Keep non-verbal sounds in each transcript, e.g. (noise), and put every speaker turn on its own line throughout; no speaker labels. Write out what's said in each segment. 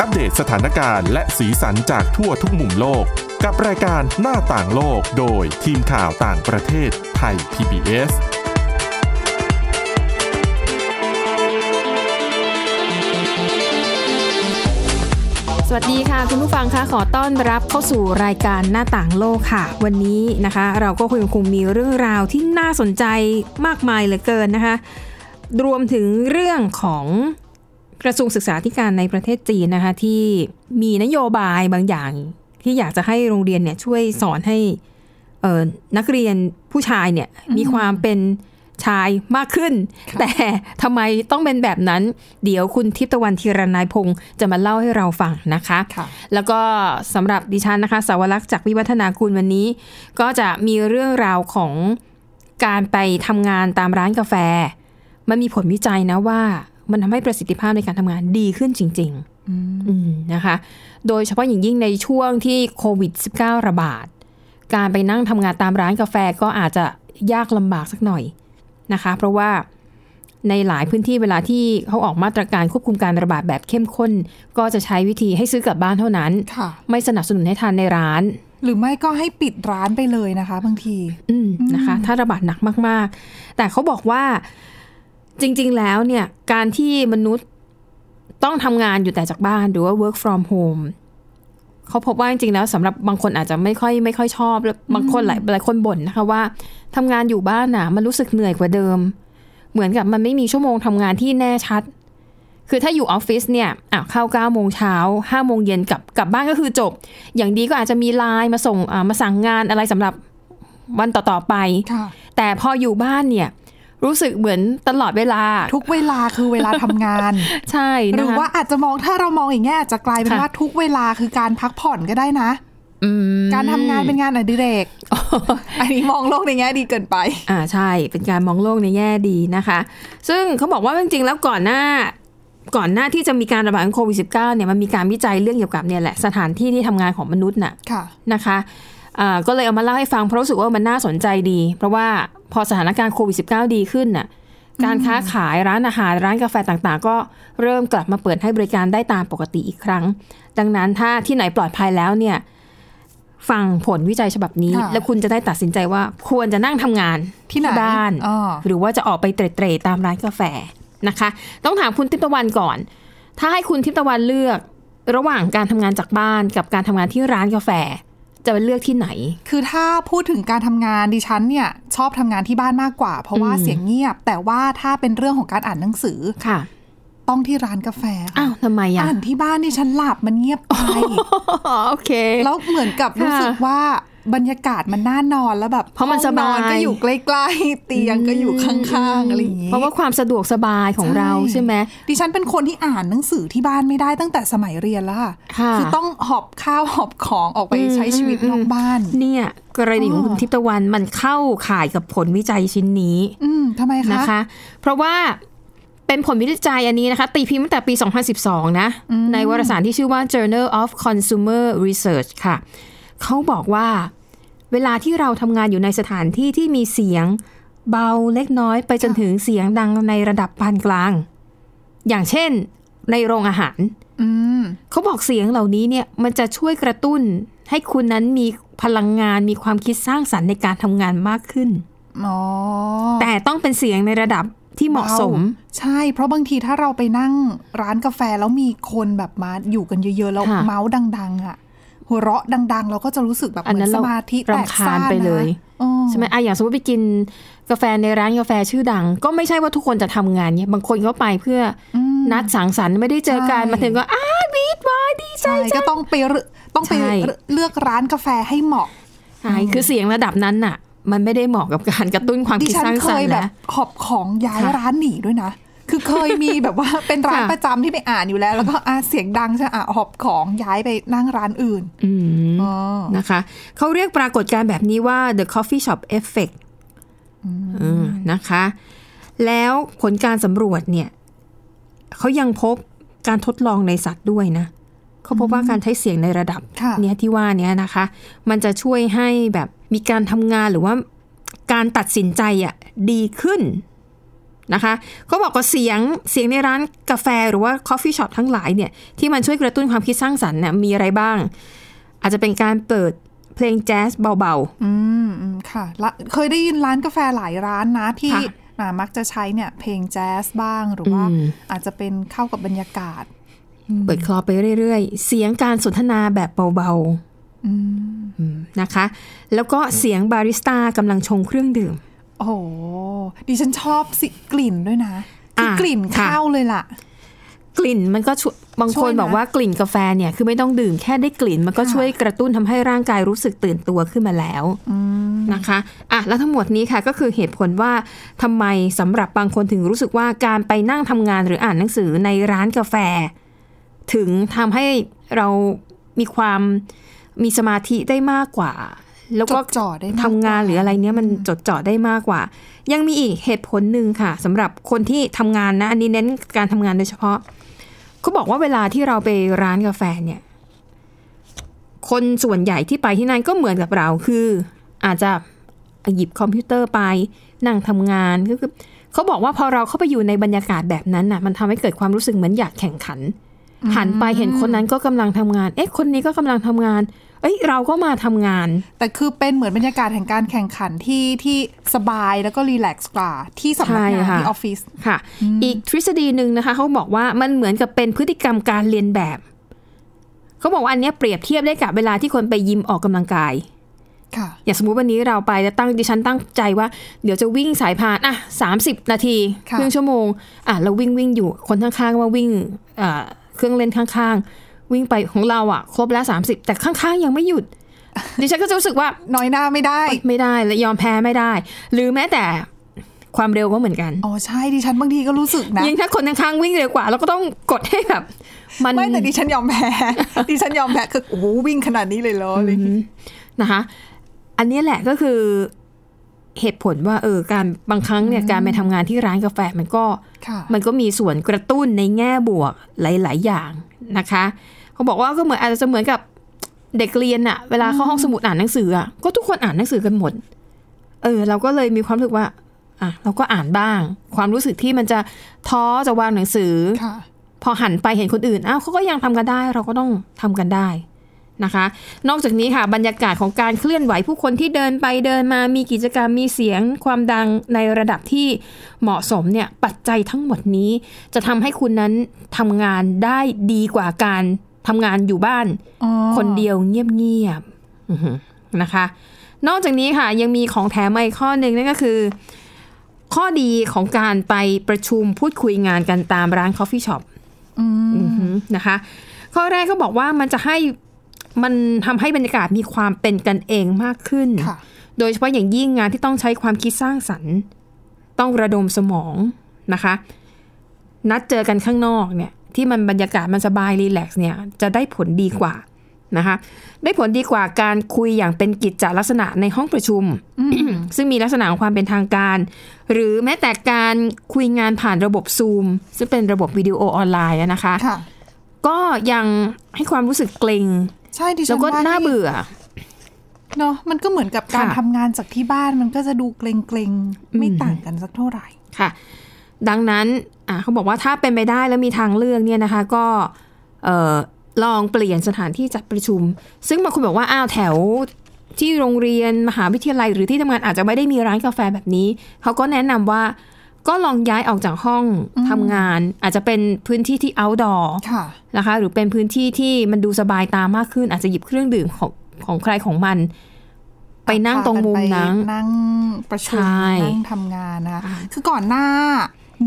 อัปเดตสถานการณ์และสีสันจากทั่วทุกมุมโลก กับรายการหน้าต่างโลกโดยทีมข่าวต่างประเทศไทย PBS
สวัสดีค่ะ คุณผู้ฟังคะขอต้อนรับเข้าสู่รายการหน้าต่างโลกค่ะ วันนี้นะคะ เราก็ยังคงมีเรื่องราวที่น่าสนใจมากมายเหลือเกินนะคะ รวมถึงเรื่องของกระทรวงศึกษาธิการในประเทศจีนนะคะ ที่มีนโยบายบางอย่าง ที่อยากจะให้โรงเรียนเนี่ยช่วยสอนให้เอ่อนักเรียนผู้ชายเนี่ยมีความเป็นชายมากขึ้น แต่ทำไมต้องเป็นแบบนั้น เดี๋ยวคุณทิพย์ตะวันธีรนายพงศ์จะมาเล่าให้เราฟังนะคะ
ค่ะ
แล้วก็สำหรับดิฉันนะคะสาวรักษ์จากวิวัฒนาคุณวันนี้ ก็จะมีเรื่องราวของการไปทำงานตามร้านกาแฟ มันมีผลวิจัยนะว่า มันทำให้ประสิทธิภาพในการทำงานดีขึ้นจริง ๆ อืมนะคะ โดยเฉพาะอย่างยิ่งในช่วงที่โควิด -19 ระบาด การไปนั่งทำงานตามร้านกาแฟก็อาจจะยากลำบากสักหน่อยนะคะ เพราะว่าในหลายพื้นที่เวลาที่เขาออกมาตรการควบคุมการระบาดแบบเข้มข้น ก็จะใช้วิธีให้ซื้อกลับบ้านเท่านั้น
ค่ะ
ไม่สนับสนุนให้ทานในร้าน
หรือไม่ก็ให้ปิดร้านไปเลยนะคะบางที
อืมนะคะ ถ้าระบาดหนักมาก ๆ แต่เขาบอกว่าจริง ๆ แล้วเนี่ย การที่มนุษย์ต้องทำงานอยู่แต่จากบ้านหรือว่า work from home เขาพบว่าจริง ๆ แล้วสำหรับบางคนอาจจะไม่ค่อยไม่ค่อยชอบแล้วบางคนหลายหลายคนบ่นนะคะว่าทำงานอยู่บ้านน่ะ มันรู้สึกเหนื่อยกว่าเดิม เหมือนกับมันไม่มีชั่วโมงทำงานที่แน่ชัด คือถ้าอยู่ออฟฟิศเนี่ยอ่ะเข้า9ก้าโมงเช้าห้าโมงเย็นกลับกลับบ้านก็คือจบ อย่างดีก็อาจจะมีไลน์มาส่งอ่ามาสั่งงานอะไรสำหรับวันต่อ ๆ ไป
ค่ะ
แต่พออยู่บ้านเนี่ย รู้สึกเหมือนตลอดเวลา
ทุกเวลาคือเวลาทำงาน
ใช่ (laughs) นะคะ
หรือว่าอาจจะมองถ้าเรามองอย่างเงี้ยอาจจะกลายเป็น
ค่ะ
ว่าทุกเวลาคือการพักผ่อนก็ได้นะ
อืม
การทำงานเป็นงานอดิเรก อันนี้มองโลกในแง่ดีเกินไป
อ่าใช่เป็นการมองโลกในแง่ดีนะคะ ซึ่งเขาบอกว่าจริงๆแล้วก่อนหน้า ก่อนหน้าที่จะมีการระบาดของโควิด -19 เนี่ยมันมีการวิจัยเรื่องเกี่ยวกับเนี่ยแหละสถานที่ที่ทำงานของมนุษย์น่ะ
ค่ะ
นะคะอ่าก็เลยเอามาเล่าให้ฟังเพราะรู้สึกว่ามันน่าสนใจดี เพราะว่าพอสถานการณ์โควิด -19 ดีขึ้นน่ะ การค้าขายร้านอาหารร้านกาแฟต่างๆ ก็เริ่มกลับมาเปิดให้บริการได้ตามปกติอีกครั้ง ดังนั้นถ้าที่ไหนปลอดภัยแล้วเนี่ย ฟังผลวิจัยฉบับนี้
ค่ะ
แล้วคุณจะได้ตัดสินใจว่าควรจะนั่งทำงาน
ที่ไหน
บ้าน
อ๋อ
หรือว่าจะออกไปเตร่ๆตามร้านกาแฟนะคะ ต้องถามคุณทิพย์ตะวันก่อน ถ้าให้คุณทิพย์ตะวันเลือกระหว่างการทำงานจากบ้านกับการทำงานที่ร้านกาแฟ จะเลือกที่ไหน
คือถ้าพูดถึงการทำงานดิฉันเนี่ยชอบทำงานที่บ้านมากกว่า เพราะว่า
อืม
เสียงเงียบ แต่ว่าถ้าเป็นเรื่องของการอ่านหนังสือ
ค่ะ
ต้องที่ร้านกาแฟค่ะ
อ้าวทำไมอ่ะ
อ่านที่บ้านดิฉันหลับมันเงียบไป
โอเค
(laughs) แล้วเหมือนกับรู้
ค่ะ
สึกว่าบรรยากาศมันน่านอนแล้วแบบ
เพราะมัน
ห้องอ
สบาย
ก็อยู่ใกล้ๆ เตียงก็อยู่ข้างๆอะไรอย่างงี้
เพราะว่าความสะดวกสบายของ
ใช่
เราใช่ไหม
ดิฉันเป็นคนที่อ่านหนังสือที่บ้านไม่ได้ตั้งแต่สมัยเรียนแล้วค่ะ
ค่ะ
คือต้องหอบข้าวหอบของออกไป
อืม
ใช้ชีวิต
อืม
นอกบ้าน
เนี่ยกรณีของคุณทิพย์ตะวันมันเข้าข่ายกับผลวิจัยชิ้นนี้
อืมทำไม
นะคะ คะเพราะว่าเป็นผลวิจัยอันนี้นะคะ ตีพิมพ์ตั้งแต่ปี 2012 นะ ในวารสารที่ชื่อว่า Journal of Consumer Research ค่ะ เขาบอกว่าเวลาที่เราทำงานอยู่ในสถานที่ที่มีเสียงเบาเล็กน้อยไปจนถึงเสียงดังในระดับปานกลาง อย่างเช่นในโรงอาหาร
อืม
เขาบอกเสียงเหล่านี้เนี่ยมันจะช่วยกระตุ้น ให้คุณนั้นมีพลังงานมีความคิดสร้างสรรค์ในการทำงานมากขึ้น
อ๋อ
แต่ต้องเป็นเสียงในระดับที่เหมาะสม
ใช่ เพราะบางทีถ้าเราไปนั่งร้านกาแฟแล้วมีคนแบบมาอยู่กันเยอะๆแล้ว
ค่ะ
เมาส์ดัง ๆ อ่ะ หัวเราะดัง ๆ เราก็จะรู้สึกแบบ
อัน
เหมือ
นั้น
นส
เรา
มาธิแตก
รำคา
ซ่า
ญ
น
ไปเลย
นะ
ใช่ไหมอ่ะอย่างสมมติไปกินกาแฟในร้านกาแฟชื่อดัง ก็ไม่ใช่ว่าทุกคนจะทำงานเนี่ยบางคนก็ไปเพื่อ
อืม
นัดสังสรรค์ไม่ได้เจอกัน
ใช่
มาถึงก็อ้าวีดวายดีใจ
ใช่ก็ต้องไปเลือกต้องไป
ใช่
เลือกร้านกาแฟให้เหมาะ
ใช่คือเสียงระดับนั้นน่ะ มันไม่ได้เหมาะกับการกระตุ้นความ
ดิ
คิด
ฉั
ส
น
ร้าง
เค
สรร
ย
ค์
แบบ
นะ
หอบของย้าย
ค่ะ
ร้านหนีด้วยนะ คือเคยมี แบบว่าเป็นร้าน
ค่ะ
ประจำที่ไปอ่านอยู่แล้ว แล้วก็อ่ะเสียงดังใช่ไหมอ่ะหอบของย้ายไปนั่งร้านอื่น
อืม
อ๋อ
นะคะเขาเรียกปรากฏการณ์แบบนี้ว่า the coffee shop effect อืมนะคะ แล้วผลการสำรวจเนี่ยเขายังพบการทดลองในสัตว์ด้วยนะเขาพบว่าการใช้เสียงในระดับ
ค่ะ
เนี่ยที่ว่าเนี้ยนะคะ มันจะช่วยให้แบบมีการทำงานหรือว่าการตัดสินใจอะดีขึ้น นะคะเขาบอกว่าเสียงเสียงในร้านกาแฟหรือว่า coffee shop ทั้งหลายเนี่ยที่มันช่วยกระตุ้นความคิดสร้างสรรค์เนี่ยมีอะไรบ้าง อาจจะเป็นการเปิดเพลงแจ๊สเบา
อืมอืมค่ะละเคยได้ยินร้านกาแฟหลายร้านนะที่
ค่ะ
อ่ามักจะใช้เนี่ย เพลงแจ๊สบ้างหรือว่า
อืม
อาจจะเป็นเข้ากับบรรยากาศ
ๆ เปิดคลอไปเรื่อยๆ เสียงการสนทนาแบบเบา
อืม
ๆอืมนะคะ แล้วก็เสียงบาริสต้ากำลังชงเครื่องดื่ม
โอ้โหดิฉันชอบสิกลิ่นด้วยนะคือ
อ่ะ
กลิ่น
ค่ะ
ข้าวเลยล่ะ
กลิ่นมันก็ช่วยบาง
ช่
ค
วย
น
นะ
บอกว่ากลิ่นกาแฟเนี่ยคือไม่ต้องดื่มแค่ได้กลิ่น มันก็
ค่ะ
ช่วยกระตุ้นทำให้ร่างกายรู้สึกตื่นตัวขึ้นมาแล้ว
อืม
นะคะอ่ะแล้วทั้งหมดนี้ค่ะก็คือเหตุผลว่าทำไมสำหรับบางคนถึงรู้สึกว่าการไปนั่งทำงานหรืออ่านหนังสือในร้านกาแฟ ถึงทำให้เรามีความมีสมาธิได้มากกว่า แล้ว
จ
ก็
ดจ่อได้มก
ทำงานหรืออะไรเนี้ยมันจดจ่อได้มากกว่า ยังมีอีกเหตุผลหนึ่งค่ะสำหรับคนที่ทำงานนะ อันนี้เน้นการทำงานโดยเฉพาะเขาบอกว่าเวลาที่เราไปร้านกาแฟเนี่ย คนส่วนใหญ่ที่ไปที่นั่นก็เหมือนกับเราคือ อาจจะหยิบคอมพิวเตอร์ไป นั่งทำงานก็คือเขาบอกว่าพอเราเข้าไปอยู่ในบรรยากาศแบบนั้นน่ะ มันทำให้เกิดความรู้สึกเหมือนอยากแข่งขัน หันไปเห็นคนนั้นก็กำลังทำงาน เอ๊ะ คนนี้ก็กำลังทำงาน เอ้ย เราก็มาทำงาน
แต่คือเป็นเหมือนบรรยากาศแห่งการแข่งขันที่ที่สบายแล้วก็รีแลกซ์กว่าที่สำนัก
ใช่
งาน
ค่ะ
ที่ออฟฟิศ
ค่ะ อีกทฤษฎีหนึ่งนะคะเขาบอกว่ามันเหมือนกับเป็นพฤติกรรมการเรียนแบบเขาบอกว่าอันเนี้ยเปรียบเทียบได้กับเวลาที่คนไปยิมออกกำลังกาย
ค่ะ
อย่างสมมุติวันนี้เราไปแล้วตั้งดิฉันตั้งใจว่าเดี๋ยวจะวิ่งสายพานอ่ะสามสิบนาที
ค่ะ
ครึ่งชั่วโมงอ่ะเราวิ่งวิ่งอยู่คนข้างๆว่าวิ่งอ่าเครื่องเล่นข้างๆ วิ่งไปของเราอ่ะ ครบแล้วสามสิบแต่ข้างๆยังไม่หยุด ดิฉันก็จะรู้สึกว่า
น้อยหน้าไม่ได้
(laughs) ไม่ได้และยอมแพ้ไม่ได้ หรือแม้แต่ความเร็วก็เหมือนกัน
อ๋อใช่ดิฉันบางทีก็รู้สึกนะ
ยิ่งถ้าคนข้างๆวิ่งเร็วกว่า เราก็ต้องกดให้แบบ มัน
ไม่แต่ดิฉันยอมแพ้ (laughs) ดิฉันยอมแพ้คือโอ้โหวิ่งขนาดนี้เลยเหรออะไรอย่างงี้
นะคะ อันนี้แหละก็คือเหตุผลว่าเออการบางครั้งเนี่ยการไปทำงานที่ร้านกาแฟมันก็
ค่ะ
มันก็มีส่วนกระตุ้นในแง่บวกหลาย ๆ อย่างนะคะเขาบอกว่าก็เหมือนอาจจะเหมือนกับเด็กเรียนอะเวลาเข้าห้องสมุดอ่านหนังสืออะก็ทุกคนอ่านหนังสือกันหมด เออ เราก็เลยมีความรู้สึกว่าอ่ะเราก็อ่านบ้าง ความรู้สึกที่มันจะท้อจะวางหนังสือ
ค่ะ
พอหันไปเห็นคนอื่น อ้าวเขาก็ยังทำกันได้ เราก็ต้องทำกันได้นะคะ นอกจากนี้ค่ะ บรรยากาศของการเคลื่อนไหวผู้คนที่เดินไปเดินมา มีกิจกรรม มีเสียง ความดังในระดับที่เหมาะสมเนี่ย ปัจจัยทั้งหมดนี้ จะทำให้คุณนั้นทำงานได้ดีกว่าการทำงานอยู่บ้าน
อ๋อ
คนเดียวเงียบๆอื้อหือนะคะ นอกจากนี้ค่ะยังมีของแถมมาอีกข้อหนึ่งนั่นก็คือ ข้อดีของการไปประชุมพูดคุยงานกันตามร้านคอฟฟี่ช็อป
อืม
นะคะ ข้อแรกก็บอกว่ามันจะให้มันทำให้บรรยากาศมีความเป็นกันเองมากขึ้น
ค่ะ
โดยเฉพาะอย่างยิ่งงานที่ต้องใช้ความคิดสร้างสรรค์ ต้องระดมสมองนะคะ นัดเจอกันข้างนอกเนี่ยที่มันบรรยากาศมันสบายรีแลกซ์เนี่ยจะได้ผลดีกว่านะคะได้ผลดีกว่าการคุยอย่างเป็นกิจจลักษณะในห้องประชุม ซึ่งมีลักษณะของความเป็นทางการ หรือแม้แต่การคุยงานผ่านระบบซูมซึ่งเป็นระบบวิดีโอออนไลน์อะนะคะ
ค่ะ
ก็ยังให้ความรู้สึกเกรง
ใช่ดิฉัน
แล้วก็
ว่
น่าเบื่อ
เนาะมันก็เหมือนกับการ
ค่ะ
ทำงานจากที่บ้านมันก็จะดูเกรงเกรงๆไม่ต่างกันสักเท่าไหร่
ค่ะ ดังนั้นอ่ะเขาบอกว่าถ้าเป็นไปได้แล้วมีทางเลือกเนี่ยนะคะ ก็เอ่อลองเปลี่ยนสถานที่จัดประชุม ซึ่งบางคนบอกว่าอ้าวแถวที่โรงเรียนมหาวิทยาลัย หรือที่ทำงานอาจจะไม่ได้มีร้านกาแฟแบบนี้ เขาก็แนะนำว่าก็ลองย้ายออกจากห้องทำงาน อาจจะเป็นพื้นที่ที่ outdoor
ค่ะ
นะคะ หรือเป็นพื้นที่ที่มันดูสบายตามากขึ้น อาจจะหยิบเครื่องดื่มของของใครของมัน ไปนั่งตรงมุมนั้น
ไปนั่งประชุม
ใช่
นั่งทำงานนะ คือก่อนหน้า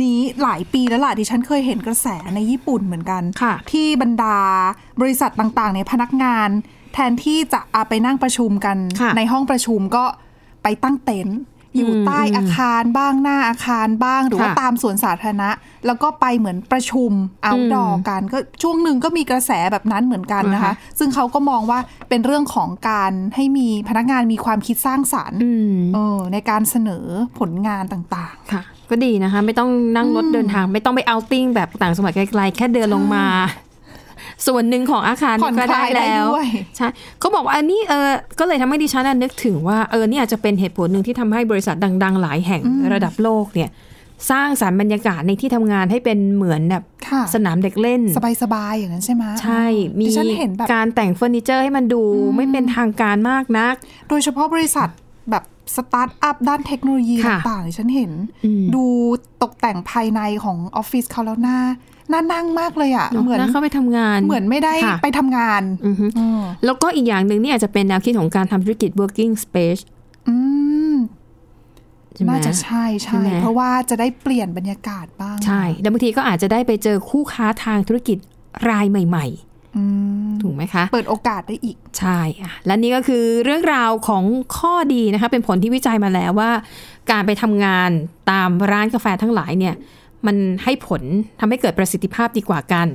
นี้หลายปีแล้วล่ะดิฉันเคยเห็นกระแสในญี่ปุ่นเหมือนกัน
ค่ะ
ที่บรรดาบริษัทต่างๆ ในยพนักงาน แทนที่จะเอาไปนั่งประชุมกัน
ค่ะ
ในห้องประชุมก็ไปตั้งเต็นท์อยู่ใต้อาคารบ้างหน้าอาคารบ้างหรือว่า
ค่ะ
ตามสวนสาธารณะ แล้วก็ไปเหมือนประชุมเอาดอกันก็ช่วงหนึ่งก็มีกระแสแบบนั้นเหมือนกันนะคะ
อ่าฮะ
ซึ่งเขาก็มองว่าเป็นเรื่องของการให้มีพนักงานมีความคิดสร้างสารรค์
อืม
เออในการเสนอผลงานต่าง
ค่ะก็ดีนะคะ ไม่ต้องนั่งรถเดินทาง ไม่ต้องไปเอาท์ติ้งแบบต่างจังหวัดไกลๆแค่เดินลงมา ส่วนหนึ่งของอาคาร
ผ่อน
ก็ได้
คลายได้
แล้ว
ด้วย
ใช่เขาบอกว่าอันนี้เออก็เลยทำให้ดิฉันน่ะนึกถึงว่าเออเนี่ยอาจจะเป็นเหตุผลหนึ่งที่ทำให้บริษัทดัง ๆ หลายแห่งระดับโลกเนี่ย สร้างสรรค์บรรยากาศในที่ทำงานให้เป็นเหมือนแบบ
ค่ะ
สนามเด็กเล่น
สบายๆอย่างนั้นใช่ไหม
ใช่ มี
ดิฉันเห็นแบบ
การแต่งเฟอร์นิเจอร์ให้มันดูไม่เป็นทางการมากนัก
โดยเฉพาะบริษัทแบบสตาร์ทอัพด้านเทคโนโลยี
ค่ะ
ต่างๆที่ฉันเห็น
อืม
ดูตกแต่งภายในของออฟฟิศเขาแล้วน่าน่านั่งมากเลยอ่ะ
เนอะ
เหมือน
นะเข้าไปทำงาน
เหมือนไม่ได้
ค่ะ
ไปทำงาน
อือฮึ
อืม
แล้วก็อีกอย่างหนึ่งเนี่ยอาจจะเป็นแนวคิดของการทำธุรกิจ working space
อืม
ใช่ไหม
น่าจะใช่
ใช่
ใช่
ไหม
เพราะว่าจะได้เปลี่ยนบรรยากาศบ้าง
ใช่แล้วบางทีก็อาจจะได้ไปเจอคู่ค้าทางธุรกิจรายใหม่
อืม
ๆ ถูกไหมคะ
เปิดโอกาสได้อีก
ใช่อ่ะและนี่ก็คือเรื่องราวของข้อดีนะคะเป็นผลที่วิจัยมาแล้วว่า การไปทำงานตามร้านกาแฟทั้งหลายเนี่ยมันให้ผลทำให้เกิดประสิทธิภาพดีกว่ากัน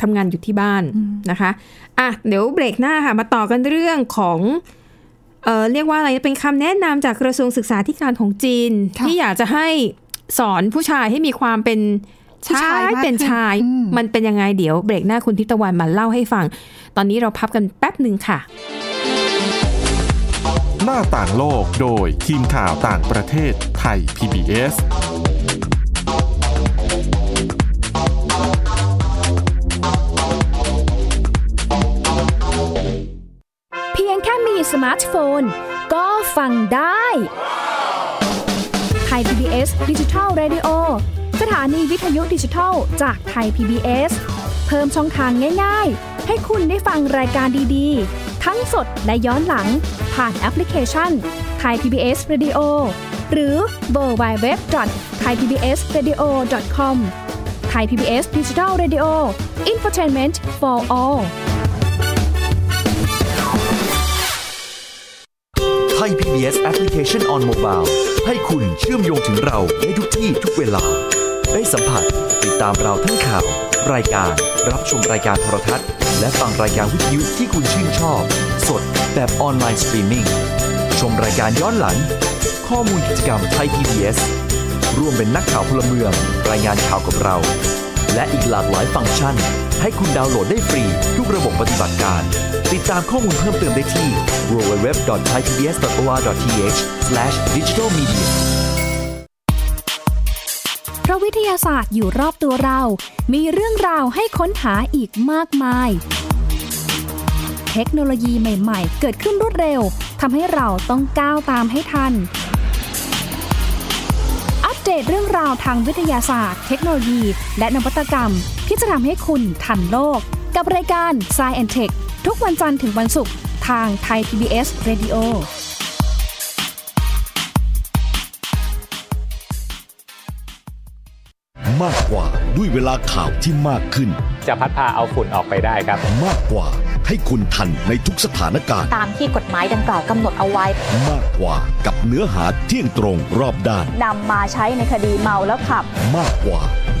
ทำงานอยู่ที่บ้านนะคะอ่ะเดี๋ยวเบรกหน้าค่ะมาต่อกันเรื่องของเออเรียกว่าอะไรเป็นคำแนะนำจากกระทรวงศึกษาธิการของจีน
ค่ะ
ที่อยากจะให้สอนผู้ชายให้มีความเป็น
ผู้ชายมาก
เป็น
ขึ้น
ชาย
อืม
มันเป็นยังไงเดี๋ยวเบรกหน้าคุณทิพย์ตะวันมาเล่าให้ฟัง ตอนนี้เราพับกันแป๊บหนึ่งค่ะ
หน้าต่างโลกโดยทีมข่าวต่างประเทศไทย PBS
เพียงแค่มีสมาร์ทโฟน ก็ฟังได้ไทย PBS ดิจิทัล Radio สถานีวิทยุดิจิทัลจากไทย PBS เพิ่มช่องทางง่ายๆ ให้คุณได้ฟังรายการดีๆ ทั้งสดและย้อนหลัง ผ่านแอปพลิเคชันไทย PBS Radio หรือเวอร์ไบเว็บไทยพีบีเอสเรดิโอคอมไทยพีบีเอสดิจิทัลเรดิโออินฟอร์ทนเมนต์ for all
ไทย PBS Application on Mobile ให้คุณเชื่อมโยงถึงเราในทุกที่ทุกเวลา ได้สัมผัสติดตามเราทั้งข่าว รายการ รับชมรายการโทรทัศน์ และฟังรายการวิทยุที่คุณชื่นชอบ สดแบบออนไลน์สตรีมมิ่งชมรายการย้อนหลัง ข้อมูลกิจกรรมไทย PBS ร่วมเป็นนักข่าวพลเมือง รายงานข่าวกับเรา และอีกหลากหลายฟังก์ชัน ให้คุณดาวน์โหลดได้ฟรี ทุกระบบปฏิบัติการ ติดตามข้อมูลเพิ่มเติมได้ที่ www.thaipbs.or.th/digitalmedia
เพราะวิทยาศาสตร์อยู่รอบตัวเรา มีเรื่องราวให้ค้นหาอีกมากมาย เทคโนโลยีใหม่ ๆ เกิดขึ้นรวดเร็ว ทำให้เราต้องก้าวตามให้ทัน อัปเดตเรื่องราวทางวิทยาศาสตร์ เทคโนโลยี และนวัตกรรม ที่จะทำให้คุณทันโลก กับรายการ s c i e n t e c h ทุกวันจันทร์ถึงวันศุกร์ทางไทย PBS Radio
มากกว่าด้วยเวลาข่าวที่มากขึ้น
จะพัดพาเอาฝุ่นออกไปได้ครับ
มากกว่าให้คุณทันในทุกสถานการณ์
ตามที่กฎหมายดังกล่าวกำหนดเอาไว้
มากกว่ากับเนื้อหาเที่ยงตรงรอบด้าน
นำมาใช้ในคดีเมาแล้วขับ
มากกว่าใ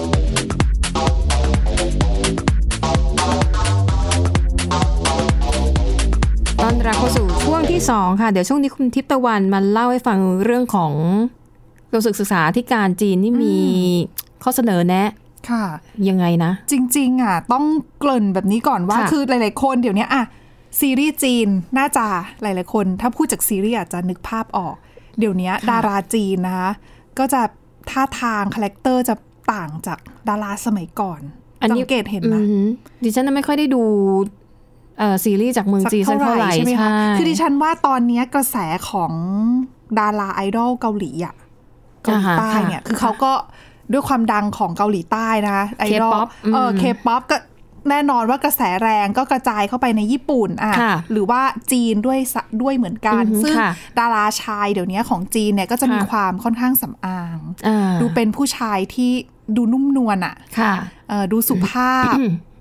ต้อนรับเข้าสู่ช่วงที่ 2 ค่ะ เดี๋ยวช่วงนี้คุณทิพย์ตะวันมาเล่าให้ฟังเรื่องของกระทรวงศึกษาธิการจีนนี่มีข้อเสนอแนะ
ค่ะ
ยังไงนะ
จริง ๆ อ่ะ ต้องเกริ่นแบบนี้ก่อนว่า
ค่ะ
คือหลาย ๆ คนเดี๋ยวนี้อ่ะ ซีรีส์จีนน่าจะหลาย ๆ คน ถ้าพูดจากซีรีส์อาจจะนึกภาพออก เดี๋ยวนี้
ค่ะ
ดาราจีนนะคะ ก็จะท่าทางคาแรคเตอร์จะต่างจากดาราสมัยก่อนสังเกตเห็นไหม
อืออดิฉันน่ะไม่ค่อยได้ดูเอ่อซีรีส์จากเมืองจีนสักเท่าไหร่
ใช่ไหม
ใช่
คะ คือดิฉันว่าตอนเนี้ยกระแสของดาราไอดอลเกาหลีอ่ะเกาหลีใต้
อ่าฮะ
เนี่ย คือเขาก็ด้วยความดังของเกาหลีใต้นะไอดอล
K-pop อืม
เออเคป๊อปก็แน่นอนว่ากระแสแรงก็กระจายเข้าไปในญี่ปุ่นอ่ะ
ค่ะ
หรือว่าจีนด้วยสะด้วยเหมือนกัน
อือหือ
ซึ่ง
ค่ะ
ดาราชายเดี๋ยวนี้ของจีนเนี่ยก็จะมี
ค่ะ
ความค่อนข้างสำอาง
อ่า
ดูเป็นผู้ชายที่ดูนุ่มนวลอ่ะ
ค่ะ
เอ่อดูสุภาพ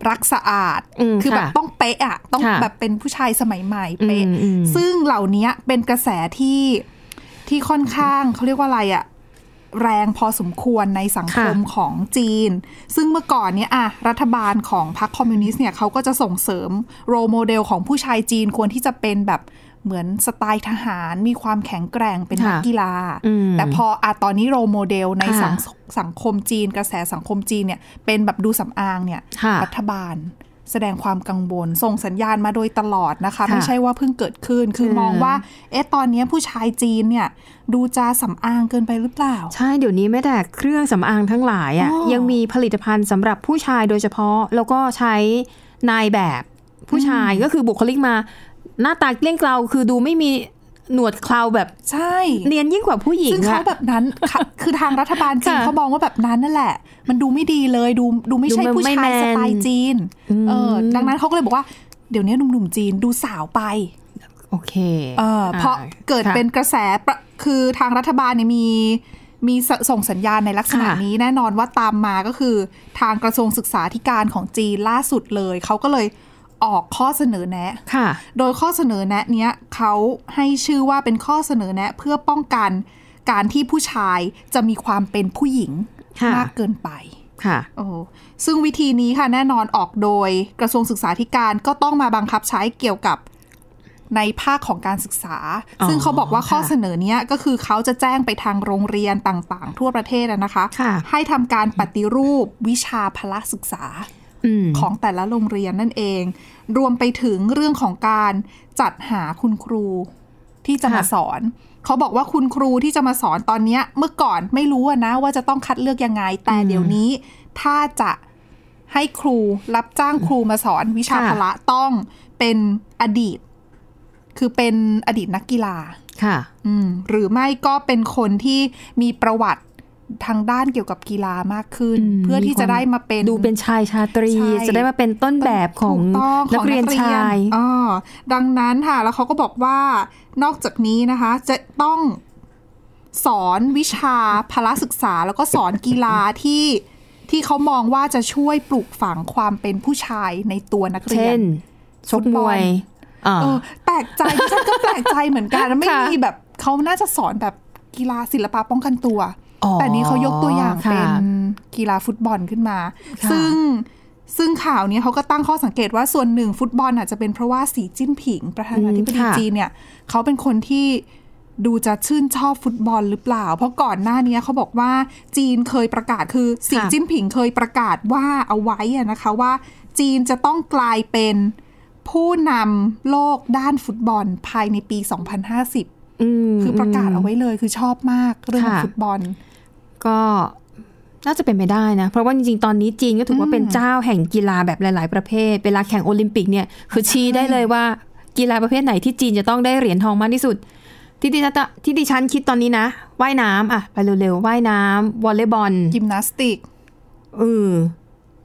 รักสะอาด
อืม
คือแบบ
ค่ะ
ต้องเป๊ะอะต้อง
ค่ะ
แบบเป็นผู้ชายสมัยใหม่เป๊ะ
อืมอืม
ซึ่งเหล่านี้เป็นกระแสที่ที่ค่อนข้างเขาเรียกว่าอะไรอะ แรงพอสมควรในสังคมของจีน ซึ่งเมื่อก่อนเนี่ยอะรัฐบาลของพรรคคอมมิวนิสต์เนี่ยเขาก็จะส่งเสริมโรโมเดลของผู้ชายจีนควรที่จะเป็นแบบเหมือนสไตล์ทหาร มีความแข็งแกร่งเป็นนัก
ค่ะ
กีฬา
อืม
แต่พออะตอนนี้โรโมเดลใน
ค่ะ
สังสังคมจีน กระแสสังคมจีนเนี่ยเป็นแบบดูสำอางเนี่ย
ค่ะ
รัฐบาล แสดงความกังวลส่งสัญญาณมาโดยตลอดนะคะ
ค่ะ
ไม่ใช่ว่าเพิ่งเกิดขึ้นคืออ
ม
มองว่า เอ๊ะตอนนี้ผู้ชายจีนเนี่ย ดูจะสำอางเกินไปหรือเปล่า
ใช่เดี๋ยวนี้แม้แต่เครื่องสำอางทั้งหลาย
อ๋
อะ่ะ
อ
ยังมีผลิตภัณฑ์สำหรับผู้ชายโดยเฉพาะ แล้วก็ใช้นายแบบผู้ชายก็คือบุคลิกมา หน้าตาเกลี้ยงเกลาคือดูไม่มีหนวดเคราแบบ
ใช่
เนียนยิ่งกว่าผู้หญิง
ซึ่ง
อะ
เขาแบบนั้นค่ะ คือทางรัฐบาลจีน
ค่ะ
เขามองว่าแบบนั้นนั่นแหละ มันดูไม่ดีเลยดูดูไม่ใช่
ดูมัน
ผู้
ไม่
ชาย
แมน
สไตล์จีน
อืม
เออดังนั้นเขาก็เลยบอกว่าเดี๋ยวนี้หนุ่มๆจีนดูสาวไป
โอเค
เออเพราะเกิด
ค่ะ
เป็นกระแสประคือทางรัฐบาลเนี่ยมีมีสส่งสัญญาณในลักษณะ
ค่ะ
นี้แน่นอนว่าตามมาก็คือ ทางกระทรวงศึกษาธิการของจีนล่าสุดเลย เขาก็เลยออกข้อเสนอแนะ
ค่ะ
โดยข้อเสนอแนะเนี้ยเขาให้ชื่อว่าเป็นข้อเสนอแนะเพื่อป้องกันการที่ผู้ชายจะมีความเป็นผู้หญิง
ค่ะ
มากเกินไป
ค่ะ
โอ้โหซึ่งวิธีนี้ค่ะแน่นอนออกโดยกระทรวงศึกษาธิการก็ต้องมาบังคับใช้เกี่ยวกับในภาคของการศึกษา
อ๋อ
ซึ่งเขาบอกว่าข้อ
ค่ะ
เสนอเนี้ยก็คือเขาจะแจ้งไปทางโรงเรียนต่างๆ ทั่วประเทศอะนะคะ
ค่ะ
ให้ทำการปฏิรูปวิชาพละศึกษา
อืม
ของแต่ละโรงเรียนนั่นเอง รวมไปถึงเรื่องของการจัดหาคุณครูที่จะมา
ค่ะ
สอน เขาบอกว่าคุณครูที่จะมาสอนตอนเนี้ยเมื่อก่อนไม่รู้อะนะว่าจะต้องคัดเลือกยังไง แต่เดี๋ยวนี้ ถ้าจะให้ครูรับจ้างครูมาสอนวิชาพละต้องเป็นอดีต คือเป็นอดีตนักกีฬา
ค่ะ
อืมหรือไม่ก็เป็นคนที่มีประวัติทางด้านเกี่ยวกับกีฬามากขึ้น
อืม
เพื่อที่
มีความ
จะได้มาเป็น
ดูเป็นชายชาตรี
ใช่
จะได้มาเป็นต้นแบบของ
ถูต้อง
นักเรียนชาย
อ๋อดังนั้นค่ะ แล้วเขาก็บอกว่านอกจากนี้นะคะ จะต้องสอนวิชาพละศึกษา แล้วก็สอนกีฬาที่ที่เขามองว่าจะช่วยปลูกฝังความเป็นผู้ชายในตัวนักเรี
เช่
ย
น
น
ชกมวย
ฟุตบอ
อ่า
เออแปลกใจดิฉันก็แปลกใจเหมือนกันไม่
ค่ะ
มีแบบเขาน่าจะสอนแบบกีฬาศิลปะป้องกันตัว
อ๋อ
แต่นี้เขายกตัวอย่าง
ค่ะ
เป็นกีฬาฟุตบอลขึ้นมา
ค่ะ
ซึ่งซึ่งข่าวนี้เขาก็ตั้งข้อสังเกตว่าส่วนหนึ่งฟุตบอลอาจจะเป็นเพราะว่าสีจิ้นผิง ประธานาธิบดีจีนเนี่ยเขาเป็นคนที่ดูจะชื่นชอบฟุตบอลหรือเปล่า เพราะก่อนหน้านี้เขาบอกว่าจีนเคยประกาศคือสีจิ้นผิงเคยประกาศว่าเอาไว้อะนะคะว่า จีนจะต้องกลายเป็น ผู้นำโลกด้านฟุตบอลภายในปี 2050
ม
คือประกาศเอาไว้เลยคือชอบมากเรื่องของฟุตบอล
ก็น่าจะเป็นไปได้นะ เพราะว่าจริงๆ ตอนนี้จีนก็ถือว่าเป็นเจ้าแห่งกีฬาแบบหลาย ๆ ประเภท เวลาแข่งโอลิมปิกเนี่ย คือชี้ได้เลยว่ากีฬาประเภทไหนที่จีนจะต้องได้เหรียญทองมากที่สุด ที่ดิฉันจะที่ดิฉันคิดตอนนี้นะ ว่ายน้ำอ่ะ ไปเร็วๆ ว่ายน้ำวอลเลย์บอล
ยิมนาสติก
เออ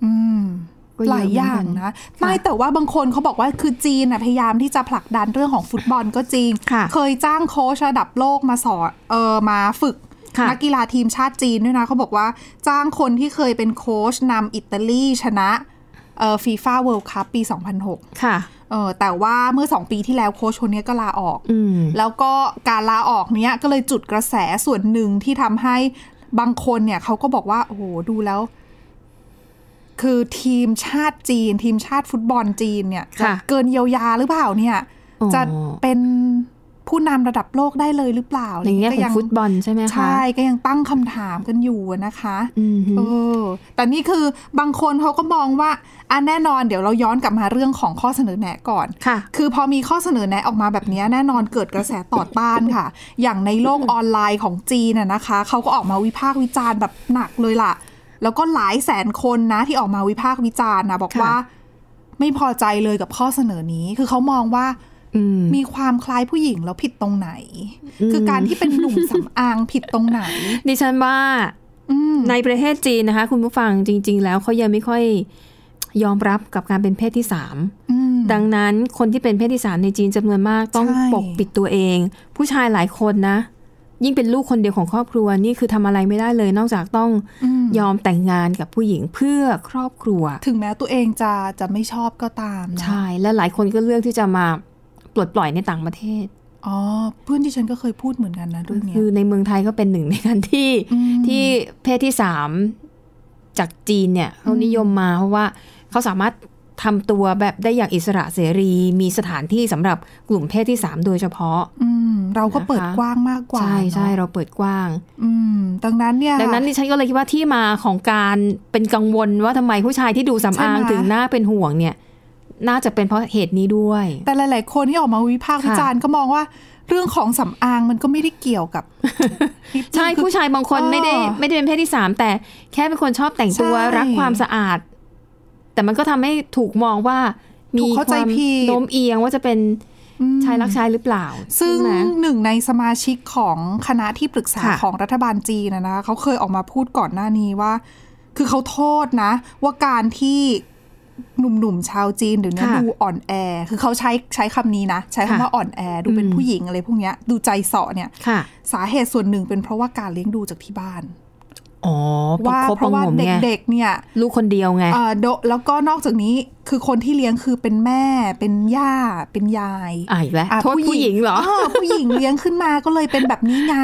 อืม
ก็เะ
หลายอย่าง
เหมืนกัน
นะ ไม่แต่ว่าบางคนเขาบอกว่าคือจีนนะพยายามที่จะผลักดันเรื่องของฟุตบอลก็จริง
ค่ะ
เคยจ้างโค้ชระดับโลกมาสอนเออมาฝึก
ค่ะ
นักกีฬาทีมชาติจีนด้วยนะเขาบอกว่าจ้างคนที่เคยเป็นโค้ชนำอิตาลีชนะเออฟีฟ่าเวิลด์คัพปี 2006
ค่ะ
เออแต่ว่าเมื่อ 2 ปีที่แล้วโค้ชคนเนี้ยก็ลาออก
อืม
แล้วก็การลาออกเนี้ยก็เลยจุดกระแสส่วนหนึ่งที่ทำให้บางคนเนี่ยเขาก็บอกว่า โอ้โห ดูแล้ว คือทีมชาติจีน ทีมชาติฟุตบอลจีนเนี่ยจะ
ค่ะ
เกินเยียวยาหรือเปล่าเนี่ย
อ๋อ
จะเป็นผู้นำระดับโลกได้เลยหรือเปล่า
ในแง่
ก็
ของฟุตบอลใช่ไหมคะ
ใช่ก็ยังตั้งคำถามกันอยู่อะนะคะ
อืมฮึ
เออแต่นี่คือบางคนเขาก็มองว่าอ่ะแน่นอนเดี๋ยวเราย้อนกลับมาเรื่องของข้อเสนอแนะก่อน
ค่ะ
คือพอมีข้อเสนอแนะออกมาแบบนี้แน่นอนเกิดกระแสต่อต้านค่ะ อย่างในโลกออนไลน์ของจีนน่ะนะคะเขาก็ออกมาวิพากษ์วิจารณ์แบบหนักเลยล่ะ แล้วก็หลายแสนคนนะที่ออกมาวิพากษ์วิจารณ์นะบอก
ค่ะ
ว่า ไม่พอใจเลยกับข้อเสนอนี้ คือเขามองว่า
อืม
มีความคล้ายผู้หญิงแล้วผิดตรงไหน คือการที่เป็นหนุ่มสำอางผิดตรงไหน
ดิฉันว่า
อืม
ในประเทศจีนนะคะ คุณผู้ฟังจริง ๆ แล้วเขายังไม่ค่อยยอมรับกับการเป็นเพศที่สาม
อืม
ดังนั้นคนที่เป็นเพศที่สามในจีนจำนวนมากต้อง
ใช่
ปกปิดตัวเอง ผู้ชายหลายคนนะ ยิ่งเป็นลูกคนเดียวของครอบครัวนี่คือทำอะไรไม่ได้เลย นอกจากต้อง
ม
ยอมแต่งงานกับผู้หญิงเพื่อครอบครัว
ถึงแม้ตัวเองจะจะไม่ชอบก็ตามนะ
ใช่ และหลายคนก็เลือกที่จะมาปลดปล่อยในต่างประเทศ
อ๋อเพื่อนที่ฉันก็เคยพูดเหมือนกันนะเรื่องเนี้ย
คือในเมืองไทยก็เป็นหนึ่งในการที่
อืม
ที่เพศที่สามจากจีนเนี่ยเขานิยมมาเพราะว่าเขาสามารถทำตัวแบบได้อย่างอิสระเสรี มีสถานที่สำหรับกลุ่มเพศที่สามโดยเฉพาะ
อืม เราก็เปิด
นะคะ
กว้างมากกว่า
ใช่ใช่
เนอะ
เราเปิดกว้าง
อืมดังนั้นเนี่ย
ดังนั้น
ค่ะ
ดิฉันก็เลยคิดว่าที่มาของการเป็นกังวลว่าทำไมผู้ชายที่ดูสำอาง
ใช่ไหม
ถึงหน้าเป็นห่วงเนี่ย น่าจะเป็นเพราะเหตุนี้ด้วย
แต่หลาย ๆ คนที่ออกมาวิพากษ์
ค่ะ
วิจารณ์ก็มองว่า เรื่องของสำอางมันก็ไม่ได้เกี่ยวกับ
ใช่ผู้ชายบางคน
อ้อ
ไม่ได้ไม่ได้เป็นเพศที่สามแต่แค่เป็นคนชอบแต่งตัว
ใช่
รักความสะอาด แต่มันก็ทำให้ถูกมองว่า มี
ถูกเข้า
ค
ใจ
วาม
ผิด
โน้มเอียงว่าจะเป็น
อืม
ชายรักชายหรือเปล่า
ซึ่ง
ใช่ไหม
หนึ่งในสมาชิกของคณะที่ปรึกษา
ค่ะ
ของรัฐบาลจีนนะนะเขาเคยออกมาพูดก่อนหน้านี้ว่า คือเขาโทษนะ ว่าการที่หนุ่มๆชาวจีนเดี๋ยวนี้
ค่ะ
ดูอ่อนแอ คือเขาใช้ใช้คำนี้นะ ใช้คำว่า
ค่ะ
อ่อนแอ ดูเป็น
อืม
ผู้หญิงอะไรพวกเนี้ยดูใจเสาะเนี่ย
ค่ะ
สาเหตุส่วนหนึ่งเป็นเพราะว่าการเลี้ยงดูจากที่บ้าน
อ๋อประ
ว่า
คบ
เพ
ประ
ราะ
ห
ว่าง
มไง
เด็กๆเนี่ย
ลูกคนเดียวไง
เอ่อโดแล้วก็นอกจากนี้คือคนที่เลี้ยงคือเป็นแม่ เป็นย่า เป็นยาย
อ่ะอีกแล้วโทษผู้หญิงเหรอ
อผู้หญิงเลี้ยงขึ้นมาก็เลยเป็นแบบนี้ไง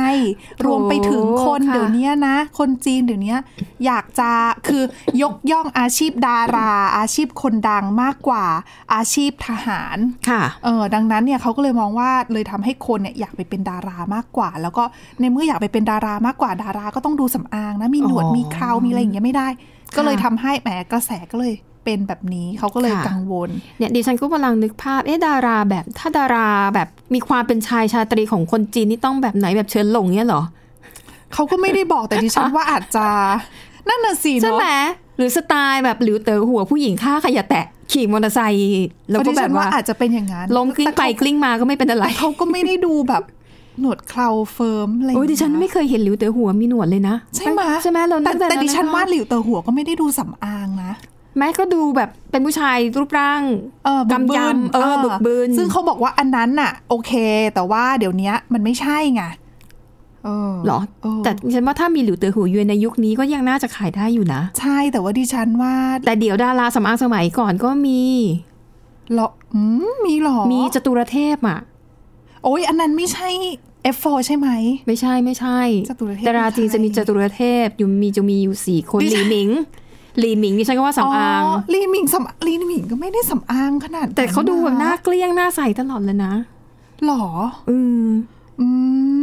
รวมไปถึงคน
ค่ะ
เดี๋ยวเนี้ยนะ คนจีนเดี๋ยวเนี้ยอยากจะคือยกย่องอาชีพดารา อาชีพคนดังมากกว่าอาชีพทหาร
ค่ะ
เออดังนั้นเนี่ยเขาก็เลยมองว่าเลยทำให้คนเนี่ยอยากไปเป็นดารามากกว่า แล้วก็ในเมื่ออยากไปเป็นดารามากกว่าดาราก็ต้องดูสำอางนะมีหนวด
อ๋อ
มีเคราวมีอะไรอย่างเงี้ยไม่ได้ ก็เลยทำให้แหมกระแสก็เลยเป็นแบบนี้เขาก็เลย
ค่ะ
กังวล
เนี่ยดิฉันก็กำลังนึกภาพเอ๊ะดาราแบบถ้าดาราแบบมีความเป็นชายชาตรีของคนจีนนี่ต้องแบบไหนแบบเชิญหลงเนี่ยเหรอ
เขาก็ไม่ได้บอกแต่ดิฉันว่าอาจจะ นั่นน่ะสิ
ใช่
เนาะ
ไหมหรือสไตล์แบบหลิวเต๋อหัวผู้หญิงฆ่าขยะแตะ ขี่มอเตอร์ไซค์แล้ว
เพราะ
ก็
ดิ
แบ
ฉั
บ
นว่า
ว่า
อาจจะเป็นอย่างนั้น
ล้มกลิ้งไป
แต่
กลิ้งมาก็ไม่เป็นอะไร
เขาเขาก็ไม่ได้ดูแบบหนวดเคราเฟิร์มอะไร
โอ้ยดิฉันไม่
ะ
เคยเห็นหลิวเต๋อหัวมีหนวดเลยนะ
ใช่ไหม
ใช่ไหมเรา
แต่
ตั้งแต่
แต่ดิฉันว่า
ะคะ
หลิวเตอหัวก็ไม่ได้ดูสำอางนะ
แม้ก็ดูแบบเป็นผู้ชายรูปร่าง
เออบก
กำยำ
บืน
เออบึกบืน
ซึ่งเขาบอกว่าอันนั้นน่ะ โอเค แต่ว่าเดี๋ยวเนี้ยมันไม่ใช่ไงเออ
เหรอ
เออ
แต่ดิฉันว่าถ้ามีหลิวเต๋อหัวอยู่ในยุคนี้ก็ยังน่าจะขายได้อยู่นะ
ใช่แต่ว่าดิฉันว่า
แต่เดี๋ยวดาราสำอางสมัยก่อนก็มี
เหรออืมมีเหรอ
มีจตุรเทพอ่ะ
โอ้ยอันนั้นไม่ใช่ F4 ใช่ไหม
ไม่ใช่ไม่ใช่
จตุรเทพ
ดาราจีนจะมีจตุรเทพอยู่มีจะมีอยู่สี่คน
ดิ
หลี
ฉัน
หมิงหลีหมิงดิฉันก็ว่าสำอาง
ลีหมิงสำลีหมิงก็ไม่ได้สำอางขนาดนั้น
แต่เขาดูแบบหน้า
ะ
เกลี้ยงหน้าใสตลอดเลยนะ
หรอ
อืม
อื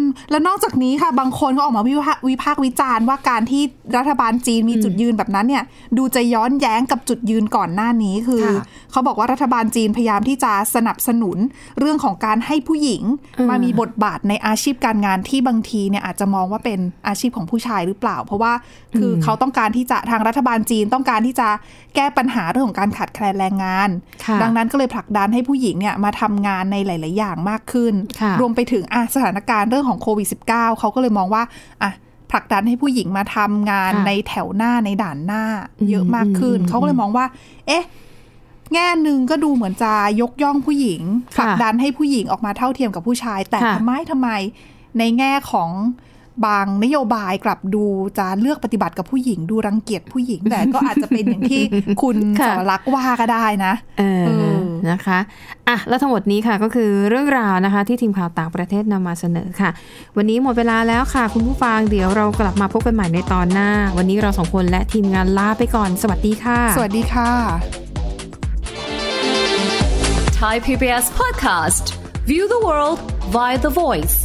ม แล้วนอกจากนี้ค่ะ บางคนก็ออกมาวิพากษ์วิพากษ์วิจารณ์ว่าการที่รัฐบาลจีนมีจุดยืนแบบนั้นเนี่ย ดูจะย้อนแย้งกับจุดยืนก่อนหน้านี้คือ
ค่ะ
เขาบอกว่ารัฐบาลจีนพยายามที่จะสนับสนุนเรื่องของการให้ผู้หญิง
อืม
มามีบทบาทในอาชีพการงานที่บางทีเนี่ยอาจจะมองว่าเป็นอาชีพของผู้ชายหรือเปล่า เพราะว่าคือเขาต้องการที่จะทางรัฐบาลจีนต้องการที่จะแก้ปัญหาเรื่องของการขาดแคลนแรงงาน
ค่ะ
ดังนั้นก็เลยผลักดันให้ผู้หญิงเนี่ยมาทำงานในหลาย ๆ อย่างมากขึ้น
ค่ะ
รวมไปถึงอ่ะสถานการณ์เรื่องของโควิด -19 เขาก็เลยมองว่าอ่ะผลักดันให้ผู้หญิงมาทำงาน
ค่ะ
ในแถวหน้าในด่านหน้า
อืม
เยอะมากขึ้น
อืม
เขาก็เลยมองว่า เอ๊ะ แง่หนึ่งก็ดูเหมือนจะยกย่องผู้หญิง
ค่ะ
ผลักดันให้ผู้หญิงออกมาเท่าเทียมกับผู้ชาย แต่
ค่ะ
ทำไมทำไมในแง่ของบางนโยบายกลับดูจะเลือกปฏิบัติกับผู้หญิง ดูรังเกียจผู้หญิงแต่ก็อาจจะเป็นอย่างที่คุณสวรักษ์ว่าก็ได้นะ
เอ
เอ
อ
อ
นะคะ อ่ะ แล้วทั้งหมดนี้ค่ะก็คือเรื่องราวนะคะ ที่ทีมข่าวต่างประเทศนำมาเสนอค่ะ วันนี้หมดเวลาแล้วค่ะ คุณผู้ฟัง เดี๋ยวเรากลับมาพบกันใหม่ในตอนหน้า วันนี้เราสองคนและทีมงานลาไปก่อน สวัสดีค่ะ
สวัสดีค่ะ
Thai PBS podcast. View the world via the voice.